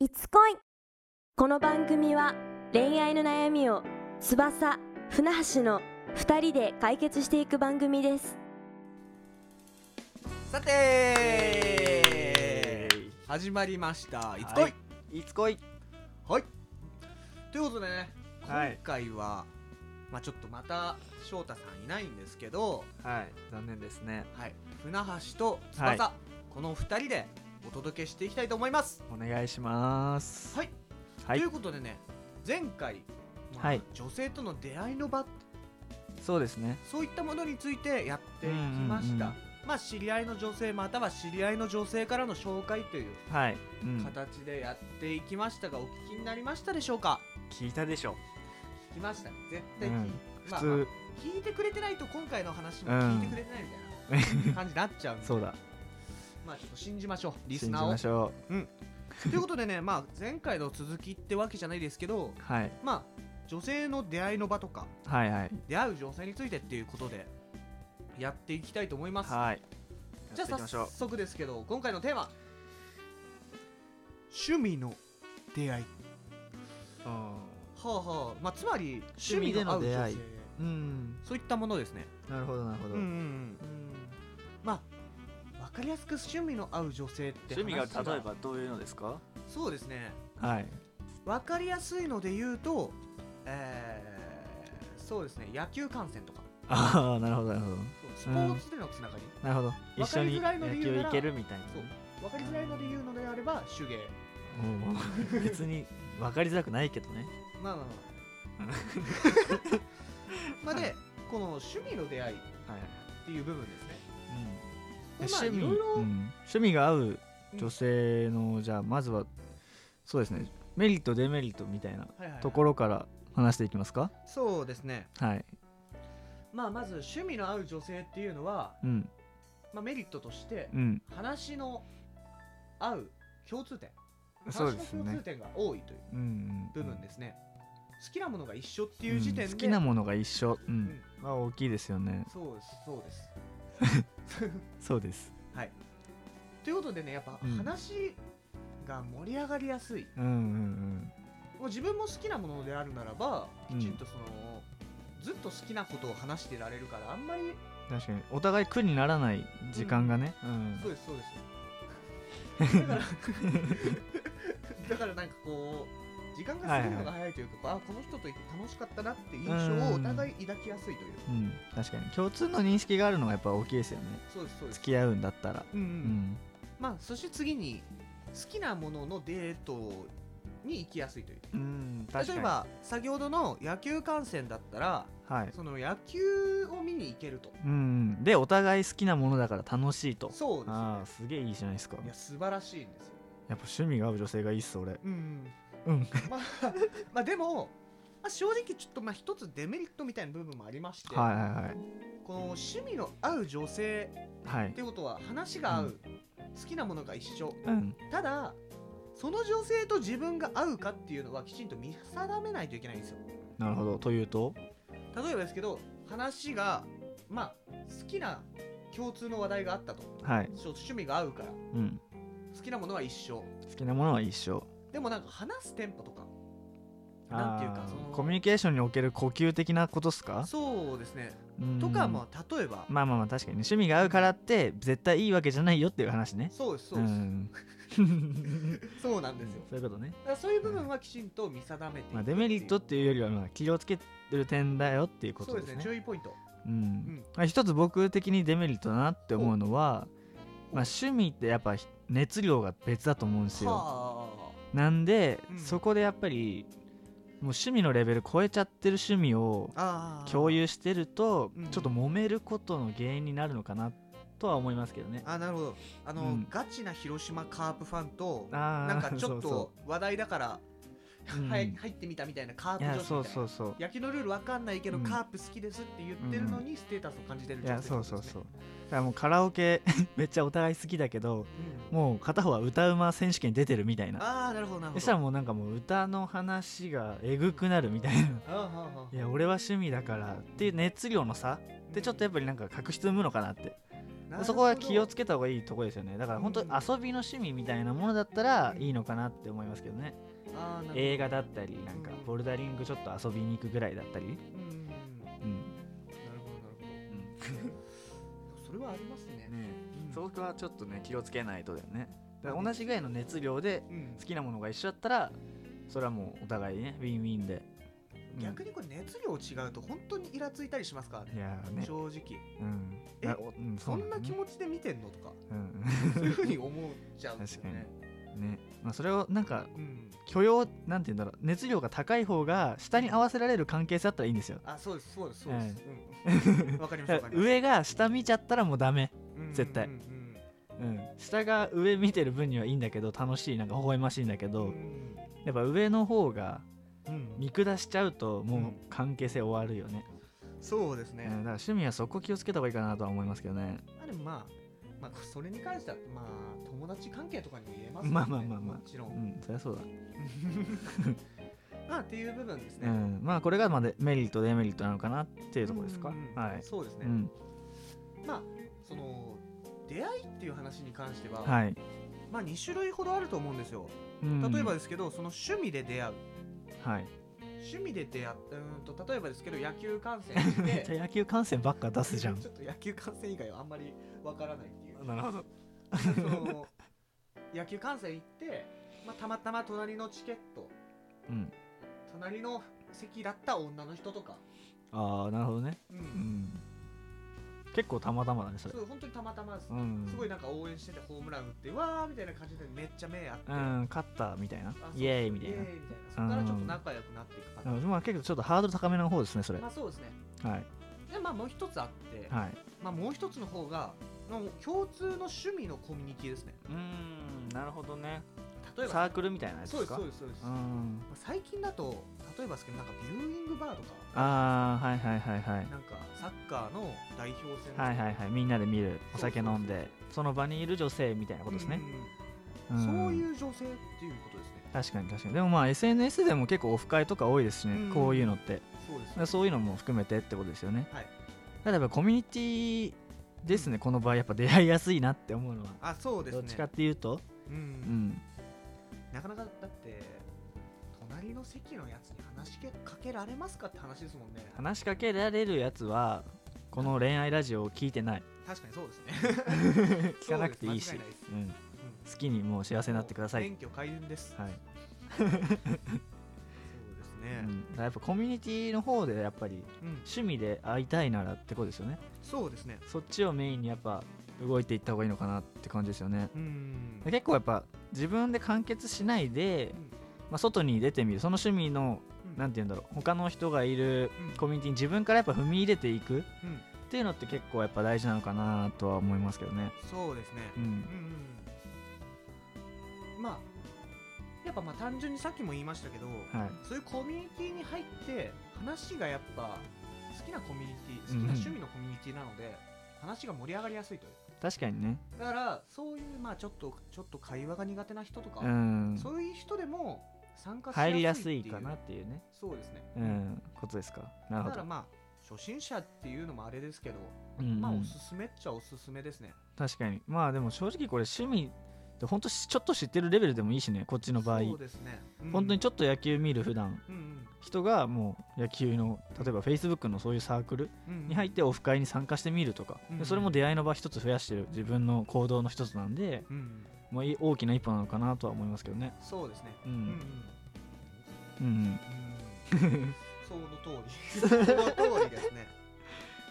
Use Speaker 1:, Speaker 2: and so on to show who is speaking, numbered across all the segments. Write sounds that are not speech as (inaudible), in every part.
Speaker 1: いつ恋この番組は恋愛の悩みを翼船橋の2人で解決していく番組です
Speaker 2: さて始まりました「いつこい
Speaker 3: はい」いつこい
Speaker 2: はい、ということでね今
Speaker 3: はい
Speaker 2: 回は、まあ、ちょっとまた翔太さんいないんですけど、
Speaker 3: はい残念ですね
Speaker 2: はい、船橋と翼、
Speaker 3: は
Speaker 2: この2人でお届けしていきたいと思います。
Speaker 3: お願いします
Speaker 2: はい、
Speaker 3: はい
Speaker 2: ということでね前回、まあ
Speaker 3: はい
Speaker 2: 女性との出会いの場
Speaker 3: そうですね
Speaker 2: そういったものについてやっていきました。
Speaker 3: うんうん
Speaker 2: まあ、知り合いの女性または知り合いの女性からの紹介という
Speaker 3: はい、うん、
Speaker 2: 形でやっていきましたが、お聞きになりましたでしょうか
Speaker 3: 聞いたでしょ
Speaker 2: 聞きましたね絶対聞い、
Speaker 3: うん
Speaker 2: ま
Speaker 3: 普
Speaker 2: あ
Speaker 3: 通、
Speaker 2: まあ聞いてくれてないと今回の話も聞いてくれてないみたいな感じになっち (laughs) ゃうんで
Speaker 3: そうだ
Speaker 2: まあちょっと信じましょうリス
Speaker 3: 信じ
Speaker 2: ナ
Speaker 3: ま
Speaker 2: ー
Speaker 3: しょ
Speaker 2: をということでねまあ前回の続きってわけじゃないですけど
Speaker 3: うはい
Speaker 2: まあ女性の出会いの場とか
Speaker 3: はいはい
Speaker 2: 出会う女性についてっていうことでやっていきたいと思います
Speaker 3: はい
Speaker 2: じゃ
Speaker 3: やってい
Speaker 2: あ
Speaker 3: きまし
Speaker 2: 早
Speaker 3: ょ
Speaker 2: 速ですけど今回のテーマ趣味の出会い
Speaker 3: う
Speaker 2: はあはあまあつまり趣
Speaker 3: 趣味
Speaker 2: 味
Speaker 3: で
Speaker 2: での
Speaker 3: の
Speaker 2: 合う女
Speaker 3: 出会い
Speaker 2: 性
Speaker 3: うん、うん、
Speaker 2: そういったものですね
Speaker 3: なるほどなるほど、
Speaker 2: うんうんまあ分かりやすく趣味の合う女性って話
Speaker 4: 趣味が例えばどういうのですか
Speaker 2: そうですね
Speaker 3: はい
Speaker 2: 分かりやすいので言うとえー、そうですね野球観戦とか
Speaker 3: ああなるほどなるほど
Speaker 2: そうスポーツでのつながり、
Speaker 3: なるほど一緒に
Speaker 2: わかりづらいの
Speaker 3: 野
Speaker 2: で言うな
Speaker 3: 球
Speaker 2: ら
Speaker 3: 行けるみたいな
Speaker 2: そう分かりづらいので言うのであれば手芸
Speaker 3: うん別に分かりづらくないけどね
Speaker 2: まあまあまあまあで、この趣味の出会いっ
Speaker 3: はい、
Speaker 2: ていう部分ですね
Speaker 3: うん、
Speaker 2: でまあ
Speaker 3: 趣味、
Speaker 2: いろいろ
Speaker 3: うん趣味が合う女性の、じゃあまずはそうですねメリットデメリットみたいな
Speaker 2: はいはいはい
Speaker 3: ところから話していきますか
Speaker 2: そうですね
Speaker 3: はい
Speaker 2: まあまず趣味の合う女性っていうのは、
Speaker 3: うん
Speaker 2: まあ、メリットとして
Speaker 3: うん
Speaker 2: 話の合う共通点
Speaker 3: そうです
Speaker 2: 話の共
Speaker 3: ね
Speaker 2: 通点が多いという
Speaker 3: うんうん
Speaker 2: 部分ですね、好きなものが一緒って
Speaker 3: て
Speaker 2: いう時点で、
Speaker 3: 好きなものが一緒、う
Speaker 2: うん
Speaker 3: んは大きいですよね
Speaker 2: そうですそうです
Speaker 3: (laughs) そうです
Speaker 2: はいということでねやっぱ
Speaker 3: うん
Speaker 2: 話が盛り上がりやすい、
Speaker 3: うんうん
Speaker 2: もう自分も好きなものであるならば
Speaker 3: う
Speaker 2: き
Speaker 3: ん
Speaker 2: ちんとその、ずっと好きなことを話してられるからあんまり
Speaker 3: うん確かにお互い苦にならない時間がねうん
Speaker 2: そうですそうです (laughs) だからだからなんかこう時間が過ぎるのが早いというか、あこの人と楽しかったなっていう印象をお互い抱きやすいという、
Speaker 3: うん、確かに共通の認識があるのがやっぱ大きいですよね
Speaker 2: そうですそうです
Speaker 3: 付き合うんだったら
Speaker 2: うんうん
Speaker 3: うん
Speaker 2: まあそして次に好きなもののデートに行きやすいという
Speaker 3: うん確か
Speaker 2: 例
Speaker 3: に
Speaker 2: えば先ほどの野球観戦だったら
Speaker 3: はい
Speaker 2: その野球を見に行けると
Speaker 3: うんうんでお互い好きなものだから楽しいと
Speaker 2: そうです
Speaker 3: あ
Speaker 2: ね
Speaker 3: あすげえいいじゃないですか
Speaker 2: いや素晴らしいんですよ
Speaker 3: やっぱ趣味が合う女性がいいっす俺
Speaker 2: うん
Speaker 3: うん
Speaker 2: まあまあでも、まあ、正直ちょっとまあ一つデメリットみたいな部分もありまして、
Speaker 3: はいはい
Speaker 2: この趣味の合う女性
Speaker 3: はいはい
Speaker 2: ってことは話が合う、
Speaker 3: う
Speaker 2: 好きなものが一緒
Speaker 3: うん
Speaker 2: ただその女性と自分が合うかっていうのはきちんと見定めないといけないんですよ
Speaker 3: なるほどというと
Speaker 2: 例えばですけど話がまあ好きな共通の話題があったと
Speaker 3: はい
Speaker 2: そう趣味が合うから
Speaker 3: うん
Speaker 2: 好きなものは一緒
Speaker 3: 好きなものは一緒
Speaker 2: でもなんか話すテンポとかなんていうか
Speaker 3: あー
Speaker 2: その
Speaker 3: コミュニケーションにおける呼吸的なことっすか
Speaker 2: そうですね
Speaker 3: うん
Speaker 2: とかまあ例えば
Speaker 3: まあまあまあ確かにね趣味が合うからって絶対いいわけじゃないよっていう話ね
Speaker 2: そうですそうです、
Speaker 3: ん
Speaker 2: そうなんですよ
Speaker 3: (laughs) そういうことね
Speaker 2: だからそういう部分はきちんと見定めていく
Speaker 3: まあデメリットっていうよりはまあ気をつける点だよっていうこ
Speaker 2: そう
Speaker 3: と
Speaker 2: で
Speaker 3: ですす
Speaker 2: ね
Speaker 3: ね
Speaker 2: 注意ポイント
Speaker 3: うんまあ一つ僕的にデメリットだなって思うのは、まあ、趣味ってやっぱひ熱量が別だと思うんですよ。
Speaker 2: は
Speaker 3: なんで、
Speaker 2: うん
Speaker 3: そこでやっぱりもう趣味のレベル超えちゃってる趣味を
Speaker 2: ああー
Speaker 3: 共有してると
Speaker 2: うん
Speaker 3: ちょっと揉めることの原因になるのかなとは思いますけどね。
Speaker 2: あなるほどあの、
Speaker 3: うん
Speaker 2: ガチな広島カープファンと
Speaker 3: あー
Speaker 2: なんかちょっ
Speaker 3: そうそ
Speaker 2: と話題だから
Speaker 3: ううん
Speaker 2: はや入ってみたみたいなカー
Speaker 3: い
Speaker 2: プ女子
Speaker 3: や
Speaker 2: みたい
Speaker 3: そ
Speaker 2: な
Speaker 3: うそうそう
Speaker 2: 野球のルールわかんないけど、
Speaker 3: うん
Speaker 2: カープ好きですって言ってるのにステータスを感じてる
Speaker 3: い
Speaker 2: 女性
Speaker 3: や
Speaker 2: ってこ
Speaker 3: そ
Speaker 2: と
Speaker 3: う
Speaker 2: です
Speaker 3: そ
Speaker 2: ね
Speaker 3: うそうだからもうカラオケ (laughs) めっちゃお互い好きだけど
Speaker 2: うん
Speaker 3: もう片方は歌うま選手権に出てるみたいな
Speaker 2: ああなるほどなるほど
Speaker 3: そしたらもうなんかもう歌の話がえぐくなるみたいな (laughs)
Speaker 2: あーはーはーはい
Speaker 3: や俺は趣味だからっていう熱量の差でちょっとやっぱりなんか確執生むのかなって
Speaker 2: なるほど
Speaker 3: そこは気をつけた方がいいとこですよねだから本当に遊びの趣味みたいなものだったらいいのかなって思いますけどね
Speaker 2: あーなるほど
Speaker 3: 映画だったりなんか
Speaker 2: うん
Speaker 3: ボルダリングちょっと遊びに行くぐらいだったり、
Speaker 2: うんなる
Speaker 3: うん
Speaker 2: ほどなるほどそれはありますね
Speaker 3: ね
Speaker 2: うん
Speaker 3: そこはちょっとね気をつけないとだよねだから同じぐらいの熱量で
Speaker 2: うん
Speaker 3: 好きなものが一緒だったらそれはもうお互いねウィンウィンで、うん
Speaker 2: 逆にこれ熱量違うと本当にイラついたりしますからね
Speaker 3: いやーね
Speaker 2: 正直
Speaker 3: うん
Speaker 2: え
Speaker 3: なおうん
Speaker 2: そ
Speaker 3: うん
Speaker 2: な気
Speaker 3: ち、
Speaker 2: 持ちで見てんのと
Speaker 3: (laughs)
Speaker 2: か
Speaker 3: うん
Speaker 2: そういうふうに思っちゃうんですよね
Speaker 3: ねまあ、それをなんか
Speaker 2: うん
Speaker 3: 許容なんて言うんだろう熱量が高い方が下に合わせられる関係性だったらいいんですよ
Speaker 2: あそうですそうですそうですうんうんわか
Speaker 3: (laughs)
Speaker 2: りますわかります
Speaker 3: 上が下見ちゃったらもうダメ、
Speaker 2: うん
Speaker 3: 絶対
Speaker 2: うんうん
Speaker 3: うん、下が上見てる分にはいいんだけど楽しいなんか微笑ましいんだけ
Speaker 2: う
Speaker 3: ど、
Speaker 2: ん
Speaker 3: やっぱ上の方が
Speaker 2: うん
Speaker 3: 見下しちゃうと
Speaker 2: う
Speaker 3: もうん関係性終わるよね、
Speaker 2: そうです
Speaker 3: うんだ
Speaker 2: ね
Speaker 3: から趣味はそこ気をつけた方がいいかなとは思いますけどね
Speaker 2: あでもまあまあそれに関してはまあ友達関係とかにも言えますよね
Speaker 3: まあまあまあまあ
Speaker 2: もちろ
Speaker 3: うんんそりゃそうだ、
Speaker 2: まあっていう部分です
Speaker 3: う
Speaker 2: ね
Speaker 3: ん、まあこれがまあデメリットデメリットなのかなっていうところですか、
Speaker 2: うんうん
Speaker 3: はい、
Speaker 2: そうですね
Speaker 3: うん、
Speaker 2: まあその出会いっていう話に関しては、
Speaker 3: はい、
Speaker 2: まあ2種類ほどあると思うんですよ
Speaker 3: うん
Speaker 2: 例えばですけど、その趣味で出会う
Speaker 3: はい
Speaker 2: 趣味で出会ううーんと例えばですけど野球観戦
Speaker 3: (laughs)
Speaker 2: し
Speaker 3: じゃ
Speaker 2: て
Speaker 3: あ野球観戦ばっか出すじゃん
Speaker 2: ちょっと野球観戦以外はあんまりわからないっていう
Speaker 3: なるほど
Speaker 2: その野球観戦行って、まあ、たまたま隣のチケット
Speaker 3: うん
Speaker 2: 隣の席だった女の人とか、
Speaker 3: ああなるほどね
Speaker 2: うん
Speaker 3: うん結構たまたまだねそれ
Speaker 2: そう本当にたまたまです、
Speaker 3: うん
Speaker 2: すごいなんか応援しててホームラン打ってわーみたいな感じでめっちゃ目合って、
Speaker 3: う
Speaker 2: あ
Speaker 3: ん勝ったみたいな
Speaker 2: そう
Speaker 3: イエーイみたい
Speaker 2: イエ
Speaker 3: な
Speaker 2: ーイみたいなそこからちょっと仲良くなっていくパターン
Speaker 3: うんまあ結構ちょっとハードル高めの方ですねそれ
Speaker 2: ま
Speaker 3: は
Speaker 2: あそうですね
Speaker 3: いはい
Speaker 2: でまあもう一つあって、
Speaker 3: う
Speaker 2: まあもう一つの方がもう共通の趣味のコミュニティですね
Speaker 3: ーんなるほどね
Speaker 2: 例え
Speaker 3: サ
Speaker 2: ば
Speaker 3: ークルみたいなやつ
Speaker 2: そう
Speaker 3: で
Speaker 2: ですす
Speaker 3: か
Speaker 2: そうですそうです、
Speaker 3: う
Speaker 2: ま
Speaker 3: ん
Speaker 2: あ最近だと例えばですけどなんかビューイングバーとか
Speaker 3: ああはいはいはいはい
Speaker 2: なんかサッカーの代表戦
Speaker 3: はいはいはいみんなで見る
Speaker 2: そ
Speaker 3: お酒
Speaker 2: うそうそう
Speaker 3: 飲んでその場にいる女性みたいなことですね、
Speaker 2: うん
Speaker 3: ん
Speaker 2: そういう女性っていうことですね
Speaker 3: 確かに確かにでもまあ SNS でも結構オフ会とか多いですしね、
Speaker 2: うん
Speaker 3: こういうのって
Speaker 2: そうです
Speaker 3: だからそういうのも含めてってことですよね。
Speaker 2: はい
Speaker 3: ただやっぱコミュニティですね、この場合やっぱ出会いやすいなって思うのは。
Speaker 2: あそうです
Speaker 3: ど
Speaker 2: ね
Speaker 3: っちかっていうと、
Speaker 2: うん
Speaker 3: うん、
Speaker 2: なかなかだって隣の席のやつに話しかけられますかって話ですもんね
Speaker 3: 話しかけられるやつはこの恋愛ラジオを聞いてない
Speaker 2: 確か (laughs) にそうですね
Speaker 3: 聞かなくていいし
Speaker 2: そうです間違いないです
Speaker 3: う
Speaker 2: う
Speaker 3: ん
Speaker 2: ん
Speaker 3: 好きにもう幸せになってください、
Speaker 2: 免許開運です。
Speaker 3: はい
Speaker 2: そうですね。
Speaker 3: うん、だからやっぱコミュニティの方でやっぱり
Speaker 2: うん、
Speaker 3: 趣味で会いたいならってことですよね
Speaker 2: そうですね。
Speaker 3: そっちをメインにやっぱ動いていった方がいいのかなって感じですよね
Speaker 2: うん。
Speaker 3: 結構やっぱ自分で完結しないで、まあ、外に出てみるその趣味のなんて言うんだろう他の人がいる
Speaker 2: うん
Speaker 3: コミュニティに自分からやっぱ踏み入れていくっ
Speaker 2: うん、うん、
Speaker 3: ていうのって結構やっぱ大事なのかなとは思いますけどね
Speaker 2: そうですね
Speaker 3: う。
Speaker 2: うんん、うん。まあ、やっぱまあ単純にさっきも言いましたけど、
Speaker 3: はい
Speaker 2: そういうコミュニティに入って話がやっぱ好きなコミュニティ、好き
Speaker 3: うんうん
Speaker 2: な趣味のコミュニティなので、話が盛り上がりやすいという。
Speaker 3: 確かにね
Speaker 2: だからそういうまあちょっとちょっと会話が苦手な人とか、
Speaker 3: うん
Speaker 2: そういう人でも参加し
Speaker 3: 入りや
Speaker 2: や
Speaker 3: す
Speaker 2: すいっ
Speaker 3: い
Speaker 2: ていう。
Speaker 3: かなっていうね
Speaker 2: そうですね。
Speaker 3: うんことですかなるほ
Speaker 2: だから
Speaker 3: ど
Speaker 2: まあ初心者っていうのもあれですけど、
Speaker 3: うんうん
Speaker 2: まあおすすめっちゃおすすめですね。
Speaker 3: 確かにまあでも正直これ趣味ってほんとちょっと知ってるレベルでもいいしねこっちの場合
Speaker 2: そうですね。
Speaker 3: 本当にち
Speaker 2: ょ
Speaker 3: ょっと野球見る普段
Speaker 2: っと、うん
Speaker 3: 人がもう野球の例えば Facebook のそういうサークル
Speaker 2: うんうん
Speaker 3: に入ってオフ会に参加してみるとか、
Speaker 2: うん
Speaker 3: でそれも出会いの場一つ増やしてる自分の行動の一つなんで、
Speaker 2: うんうん、
Speaker 3: まあ、いい大きな一歩なのかなとは思いますけどね
Speaker 2: そうですね。
Speaker 3: うん
Speaker 2: うん
Speaker 3: う
Speaker 2: うん
Speaker 3: ん
Speaker 2: うんその通り。
Speaker 3: (laughs)
Speaker 2: その通りですね。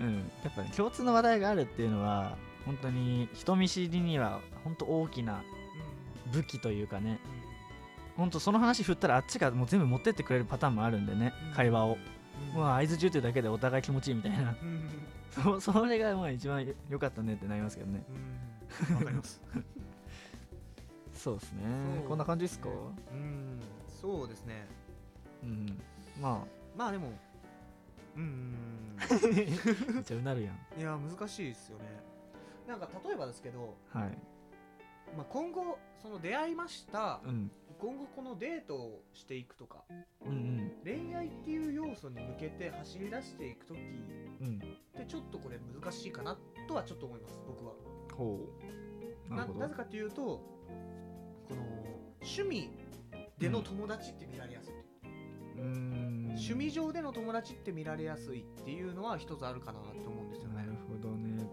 Speaker 3: うん、うん、やっぱね共通の話題があるっていうのは本当に人見知りには本当大きな
Speaker 2: うん
Speaker 3: 武器というかね
Speaker 2: うん
Speaker 3: 本当その話振ったらあっちがもう全部持ってってくれるパターンもあるんでね、
Speaker 2: うん
Speaker 3: 会話を、
Speaker 2: うん
Speaker 3: まあ合図中というだけでお互い気持ちいいみたいな
Speaker 2: うん
Speaker 3: そそれがまあ一番良かったねってなりますけどね
Speaker 2: うんわかります。
Speaker 3: そうですね
Speaker 2: そう
Speaker 3: こんな感じですか、
Speaker 2: うん、そうですね。
Speaker 3: うんま
Speaker 2: まあでも、うん
Speaker 3: あめっちゃうなるやん
Speaker 2: うん、いや難しいですよね。なんか例えばですけど、
Speaker 3: はい
Speaker 2: まあ今後その出会いました。
Speaker 3: うん
Speaker 2: 今後このデートをしていくとか
Speaker 3: うん
Speaker 2: 恋愛っていう要素に向けて走り出していく時っ
Speaker 3: うんうん
Speaker 2: てちょっとこれ難しいかなとはちょっと思います僕は
Speaker 3: ほうな
Speaker 2: な
Speaker 3: るほど
Speaker 2: なぜかというとこの趣味での友達って見られやすいという、
Speaker 3: うーん
Speaker 2: 趣味上での友達って見られやすいっていうのは一つあるかなと思うんですよ
Speaker 3: な
Speaker 2: ね
Speaker 3: るほどね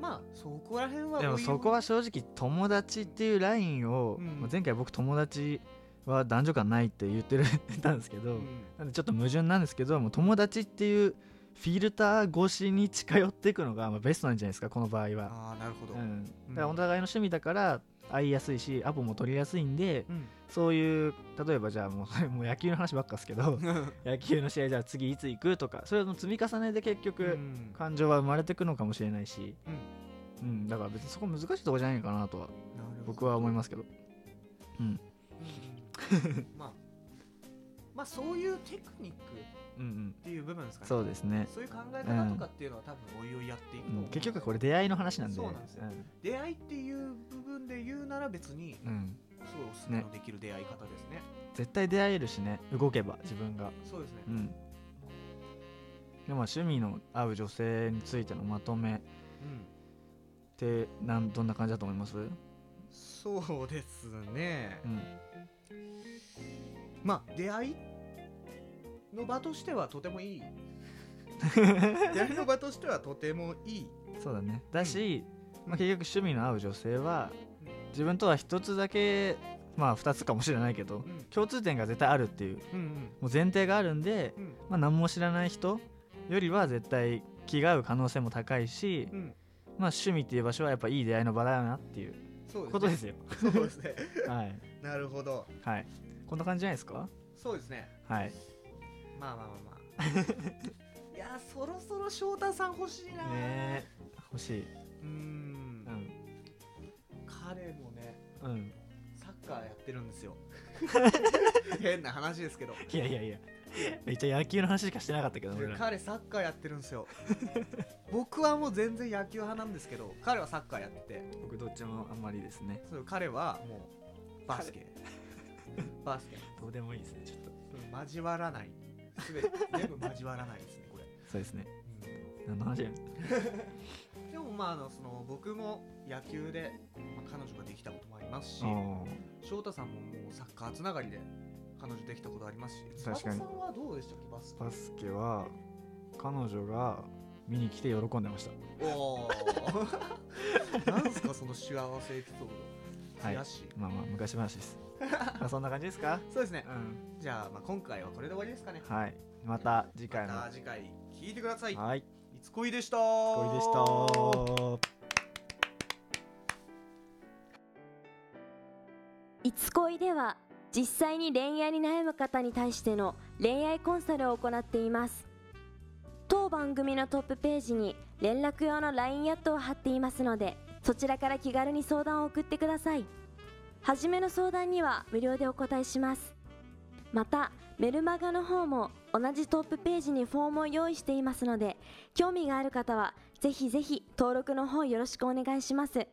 Speaker 2: まあそこら辺は
Speaker 3: でも
Speaker 2: おいおい
Speaker 3: そこは正直友達っていうラインを、
Speaker 2: うん
Speaker 3: まあ前回僕友達は男女間ないって言ってる言ったんですけど、
Speaker 2: うん
Speaker 3: なんでちょっと矛盾なんですけどもう友達っていうフィルター越しに近寄っていくのがまあベストなんじゃないですかこの場合は、
Speaker 2: ああなるほど、
Speaker 3: うん、
Speaker 2: うん
Speaker 3: だからお互いの趣味だから会いやすいしアポも取りやすいんでそういう例えばじゃあもう (laughs) もう野球の話ばっかですけど野球の試合じゃあ次いつ行くとかそれの積み重ねで結局、
Speaker 2: うん
Speaker 3: 感情は生まれてくのかもしれないし、
Speaker 2: うん
Speaker 3: うんだから別にそこ難しいとこじゃないかなとは
Speaker 2: なるほど
Speaker 3: 僕は思いますけど
Speaker 2: うんうん (laughs) まあまあそういうテクニックっ
Speaker 3: うんうん
Speaker 2: ていう部分ですかね
Speaker 3: そうですね、
Speaker 2: そういう考え方とかっていうのは多分おいおいやっていくと
Speaker 3: う
Speaker 2: 思うんんで
Speaker 3: 結局これ出会いの話なんで
Speaker 2: そうなんですよ出会いっていう部分で言うなら別に
Speaker 3: うんうん
Speaker 2: そうおすすめのできる出会い方ですね
Speaker 3: 絶対出会えるしね動けば自分が
Speaker 2: そうですね
Speaker 3: うんでも趣味の合う女性についてのまとめっ
Speaker 2: うん
Speaker 3: てなんどんな感じだと思いますう
Speaker 2: そうですね
Speaker 3: ん
Speaker 2: まあ出会いの場としてはとてもいい出会いの場としてはとてもいい
Speaker 3: そうだねだし、
Speaker 2: うん
Speaker 3: まあ、結局趣味の合う女性は自分とは一つだけまあ二つかもしれないけど
Speaker 2: うん
Speaker 3: 共通点が絶対あるっていう
Speaker 2: うん
Speaker 3: もう前提があるんで、
Speaker 2: うん
Speaker 3: まあ、何も知らない人よりは絶対気が合う可能性も高いし、
Speaker 2: うんうん
Speaker 3: まあ、趣味っていう場所はやっぱいい出会いの場だよなっていう
Speaker 2: そうですね
Speaker 3: ことですよ。
Speaker 2: そうですね
Speaker 3: はい、
Speaker 2: なるほど
Speaker 3: はい、こんな感じじゃないですか
Speaker 2: そうですね
Speaker 3: はい、
Speaker 2: まあまあまあまあいやーそろそろ翔太さん欲しいなー、
Speaker 3: ね欲しい、
Speaker 2: うーん
Speaker 3: うん
Speaker 2: 彼もね
Speaker 3: うん、
Speaker 2: サッカーやってるん
Speaker 3: (laughs)
Speaker 2: ですよ変な話ですけど
Speaker 3: いやいやいやめっちゃ野球の話しかしてなかったけど俺ら
Speaker 2: 彼サッカーやってるんですよ僕はもう全然野球派なんですけど彼はサッカーやってて
Speaker 3: 僕どっちもあんまりですね
Speaker 2: そう彼はもうバスケバスケ
Speaker 3: どうでもいいですねちょっと
Speaker 2: うん交わらない全て全部交わらないですねこれ、
Speaker 3: そうですね
Speaker 2: うん
Speaker 3: 何の話やねん
Speaker 2: でもまああのその僕も野球で、まあ、彼女ができたこともありますし
Speaker 3: あ
Speaker 2: 翔太さんももうサッカーつながりで彼女できたことありますし
Speaker 3: 確か
Speaker 2: 翼
Speaker 3: に
Speaker 2: さんはどうでしたっけバス
Speaker 3: ー
Speaker 2: ケ
Speaker 3: バスケは彼女が見に来て喜んでました
Speaker 2: おーなんすかその幸せエピソード
Speaker 3: はい
Speaker 2: 悔しい、
Speaker 3: まあまあ昔話 (laughs) ですまあそんな感じですか
Speaker 2: そうですね
Speaker 3: うん
Speaker 2: じゃあ,、まあ今回はこれで終わりですかね
Speaker 3: はい。また次回も。
Speaker 2: また次回聞いてください、
Speaker 3: はい。い
Speaker 2: いつこいでした
Speaker 3: こいでした
Speaker 1: いつ恋では実際に恋愛に悩む方に対しての恋愛コンサルを行っています当番組のトップページに連絡用の LINE アットを貼っていますのでそちらから気軽に相談を送ってください初めの相談には無料でお答えしますまたメルマガの方も同じトップページにフォームを用意していますので興味がある方はぜひぜひ登録の方よろしくお願いします